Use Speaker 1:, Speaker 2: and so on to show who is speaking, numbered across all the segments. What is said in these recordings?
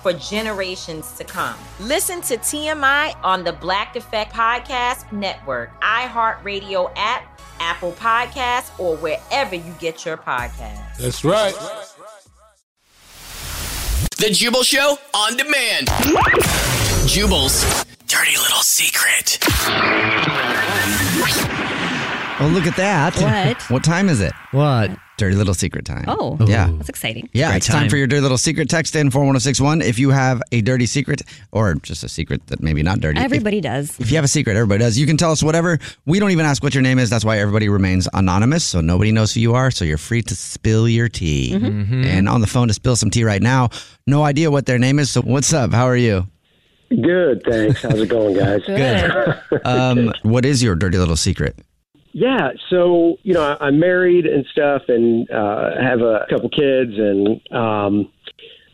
Speaker 1: for generations to come. Listen to TMI on the Black Effect Podcast Network, iHeartRadio app, Apple Podcasts, or wherever you get your podcasts.
Speaker 2: That's right.
Speaker 3: The Jubal Show on demand. Jubal's dirty little secret.
Speaker 4: Oh, look at that.
Speaker 5: What?
Speaker 4: What time is it?
Speaker 5: What?
Speaker 4: Dirty little secret time.
Speaker 5: Oh,
Speaker 4: Yeah.
Speaker 5: that's exciting.
Speaker 4: Yeah, it's time. for your dirty little secret. Text in 41061 if you have a dirty secret or just a secret that maybe not dirty. If-
Speaker 5: Everybody does.
Speaker 4: If you have a secret, everybody does. You can tell us whatever. We don't even ask what your name is. That's why everybody remains anonymous. So nobody knows who you are. So you're free to spill your tea.
Speaker 5: Mm-hmm.
Speaker 6: Mm-hmm.
Speaker 4: And on the phone to spill some tea right now. No idea what their name is. So what's up? How are you?
Speaker 6: Good, thanks. How's it going, guys?
Speaker 4: Um, what is your dirty little secret?
Speaker 6: Yeah, so you know, I- I'm married and stuff, and uh, have a couple kids, and um,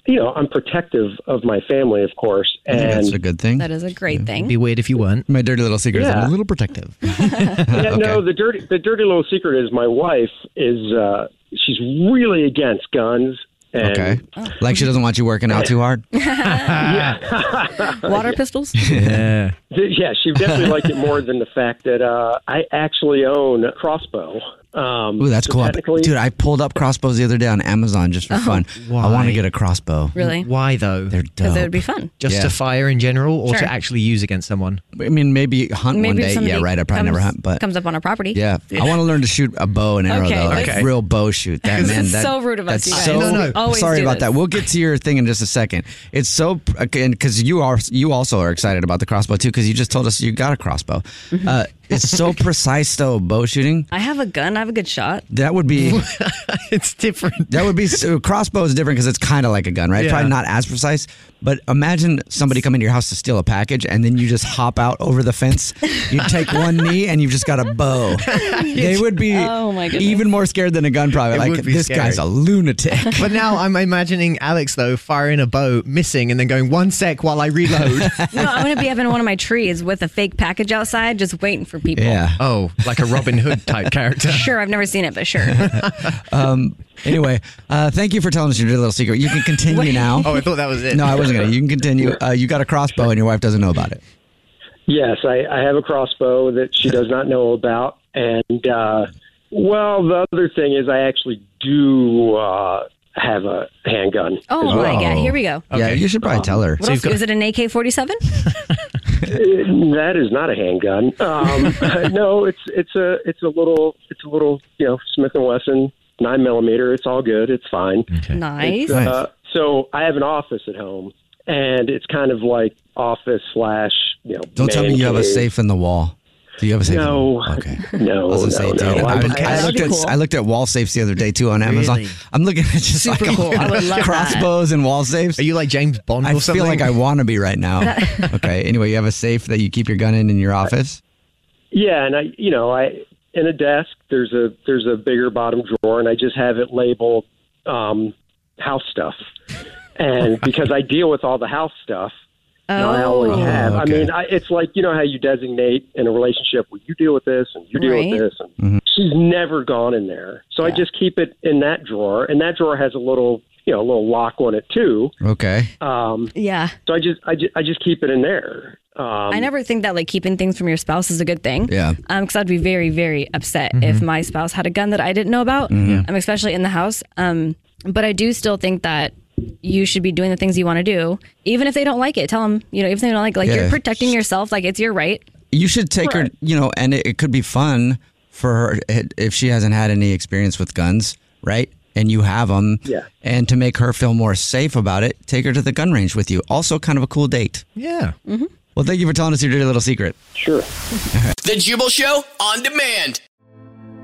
Speaker 6: you know, I'm protective of my family, of course.
Speaker 4: I think
Speaker 6: And
Speaker 4: that's a good thing.
Speaker 5: That is a great thing.
Speaker 7: Be weird if you want.
Speaker 4: My dirty little secret is I'm a
Speaker 6: Yeah.
Speaker 4: little protective.
Speaker 6: yeah, no,
Speaker 4: Okay.
Speaker 6: the dirty, the dirty little secret is my wife is uh, she's really against guns. And
Speaker 4: Okay.
Speaker 5: Oh.
Speaker 4: Like she doesn't want you working out too hard.
Speaker 5: Water pistols?
Speaker 7: Yeah.
Speaker 6: th- yeah, she definitely liked it more than the fact that uh, I actually own a crossbow. Um,
Speaker 4: Ooh, that's
Speaker 6: so
Speaker 4: cool. I-
Speaker 6: technically-
Speaker 4: Dude, I pulled up crossbows the other day on Amazon just for fun. I want to
Speaker 7: Why?
Speaker 4: get a crossbow.
Speaker 5: Really?
Speaker 7: Why though?
Speaker 4: They're
Speaker 5: Because
Speaker 4: dope.
Speaker 5: it would be fun.
Speaker 7: Just
Speaker 4: Yeah.
Speaker 7: to fire in general or
Speaker 5: Sure.
Speaker 7: to actually use against someone?
Speaker 4: I mean, maybe hunt one
Speaker 5: Maybe if
Speaker 4: day.
Speaker 5: somebody
Speaker 4: Yeah, right. I probably
Speaker 5: comes,
Speaker 4: never hunt, but
Speaker 5: comes up on our property.
Speaker 4: Uh, yeah, I want to learn to shoot a bow and arrow
Speaker 5: Okay,
Speaker 4: though, like
Speaker 5: Okay.
Speaker 4: real bow shoot. That
Speaker 5: This
Speaker 4: man,
Speaker 5: is
Speaker 4: that,
Speaker 5: so rude of us, you
Speaker 4: That's
Speaker 5: guys.
Speaker 4: so.
Speaker 7: No, no.
Speaker 5: Always
Speaker 4: sorry
Speaker 5: do
Speaker 4: about
Speaker 5: this.
Speaker 4: that. We'll get to your thing in just a second. It's so because you are you also are excited about the crossbow too because you just told us you got a crossbow. Uh, it's so precise though. Bow shooting
Speaker 5: Mm-hmm. I have a gun. I have a good shot.
Speaker 4: that would be
Speaker 7: it's different.
Speaker 4: That would be so crossbow is different because it's kind of like a gun, right?
Speaker 7: Yeah.
Speaker 4: Probably not as precise, but imagine somebody coming to your house to steal a package, and then you just hop out over the fence. You take one knee, and you've just got a bow. They would be
Speaker 5: Oh, my goodness.
Speaker 4: even more scared than a gun, probably.
Speaker 7: It
Speaker 4: like
Speaker 7: would be
Speaker 4: this
Speaker 7: scary.
Speaker 4: guy's a lunatic.
Speaker 7: But now I'm imagining Alex though firing a bow, missing, and then going one sec while I reload.
Speaker 5: No, I'm going to be up in one of my trees with a fake package outside just waiting for people.
Speaker 4: yeah.
Speaker 7: oh, like a Robin Hood type character.
Speaker 5: Sure, I've never seen it, but sure.
Speaker 4: Anyway, uh, thank you for telling us your little secret. You can continue now.
Speaker 7: Oh, I thought that was it.
Speaker 4: No, I wasn't gonna. You can continue. Uh, you got a crossbow, and your wife doesn't know about it.
Speaker 6: Yes, I, I have a crossbow that she does not know about, and uh, well, the other thing is I actually do uh, have a Um, handgun.
Speaker 5: Oh, my God. Here we go.
Speaker 4: Yeah, you should probably tell her.
Speaker 5: What else? Was it an AK 47?
Speaker 6: That is not a handgun. Um, no, it's it's a it's a little it's a little you know Smith and Wesson nine millimeter. It's all good. It's fine.
Speaker 4: Mm.
Speaker 5: Nice.
Speaker 6: Uh, so I have an office at home, and it's kind of like office slash you know.
Speaker 4: Don't tell
Speaker 6: man
Speaker 4: me you have a
Speaker 6: cave.
Speaker 4: safe in the wall. Do you have a safe? in the
Speaker 6: No.
Speaker 4: wall? Okay.
Speaker 6: No,
Speaker 4: I was gonna
Speaker 6: no,
Speaker 4: say, dude,
Speaker 6: no.
Speaker 4: I,
Speaker 6: I'm-
Speaker 4: I
Speaker 6: I-
Speaker 4: looked at
Speaker 5: cool.
Speaker 4: I looked at wall safes the other day too on Amazon.
Speaker 7: Really?
Speaker 4: I'm looking at just
Speaker 5: Super
Speaker 4: like
Speaker 5: cool. I would love that.
Speaker 4: crossbows and wall safes.
Speaker 7: Are you like James Bond
Speaker 4: I
Speaker 7: or something?
Speaker 4: feel like I want to be right now. okay. Anyway, you have a safe that you keep your gun in in your office.
Speaker 6: Yeah, and I, you know, I in a desk there's a there's a bigger bottom drawer, and I just have it labeled um, house stuff, and because I deal with all the house stuff, And I always have. I mean, I, it's like you know how you designate in a relationship. Well, you deal with this, and you deal
Speaker 8: Right.
Speaker 6: with this. And She's never gone in there, so I just keep it in that drawer, and that drawer has a little, you know, a little lock on it too.
Speaker 4: Okay.
Speaker 6: Um,
Speaker 5: yeah.
Speaker 6: So I just, I just, I just keep it in there. Um,
Speaker 5: I never think that like keeping things from your spouse is a good thing.
Speaker 6: Yeah.
Speaker 5: Um, because I'd be very, very upset
Speaker 4: Mm-hmm.
Speaker 5: if my spouse had a gun that I didn't know about.
Speaker 9: Mhm.
Speaker 5: Um, especially in the house. Um, but I do still think that you should be doing the things you want to do, even if they don't like it. Tell them, you know, if they don't like, like
Speaker 4: Yeah.
Speaker 5: you're protecting yourself, like it's your right.
Speaker 4: You should take her, you know, and it, it could be fun for her eh, if she hasn't had any experience with guns, right? And you have them.
Speaker 5: Yeah.
Speaker 4: And to make her feel more safe about it, take her to the gun range with you. Also, kind of a cool date.
Speaker 7: Yeah.
Speaker 4: Well, thank you for telling us your dirty little secret.
Speaker 6: Sure.
Speaker 3: The Jubal Show on demand.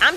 Speaker 1: I'm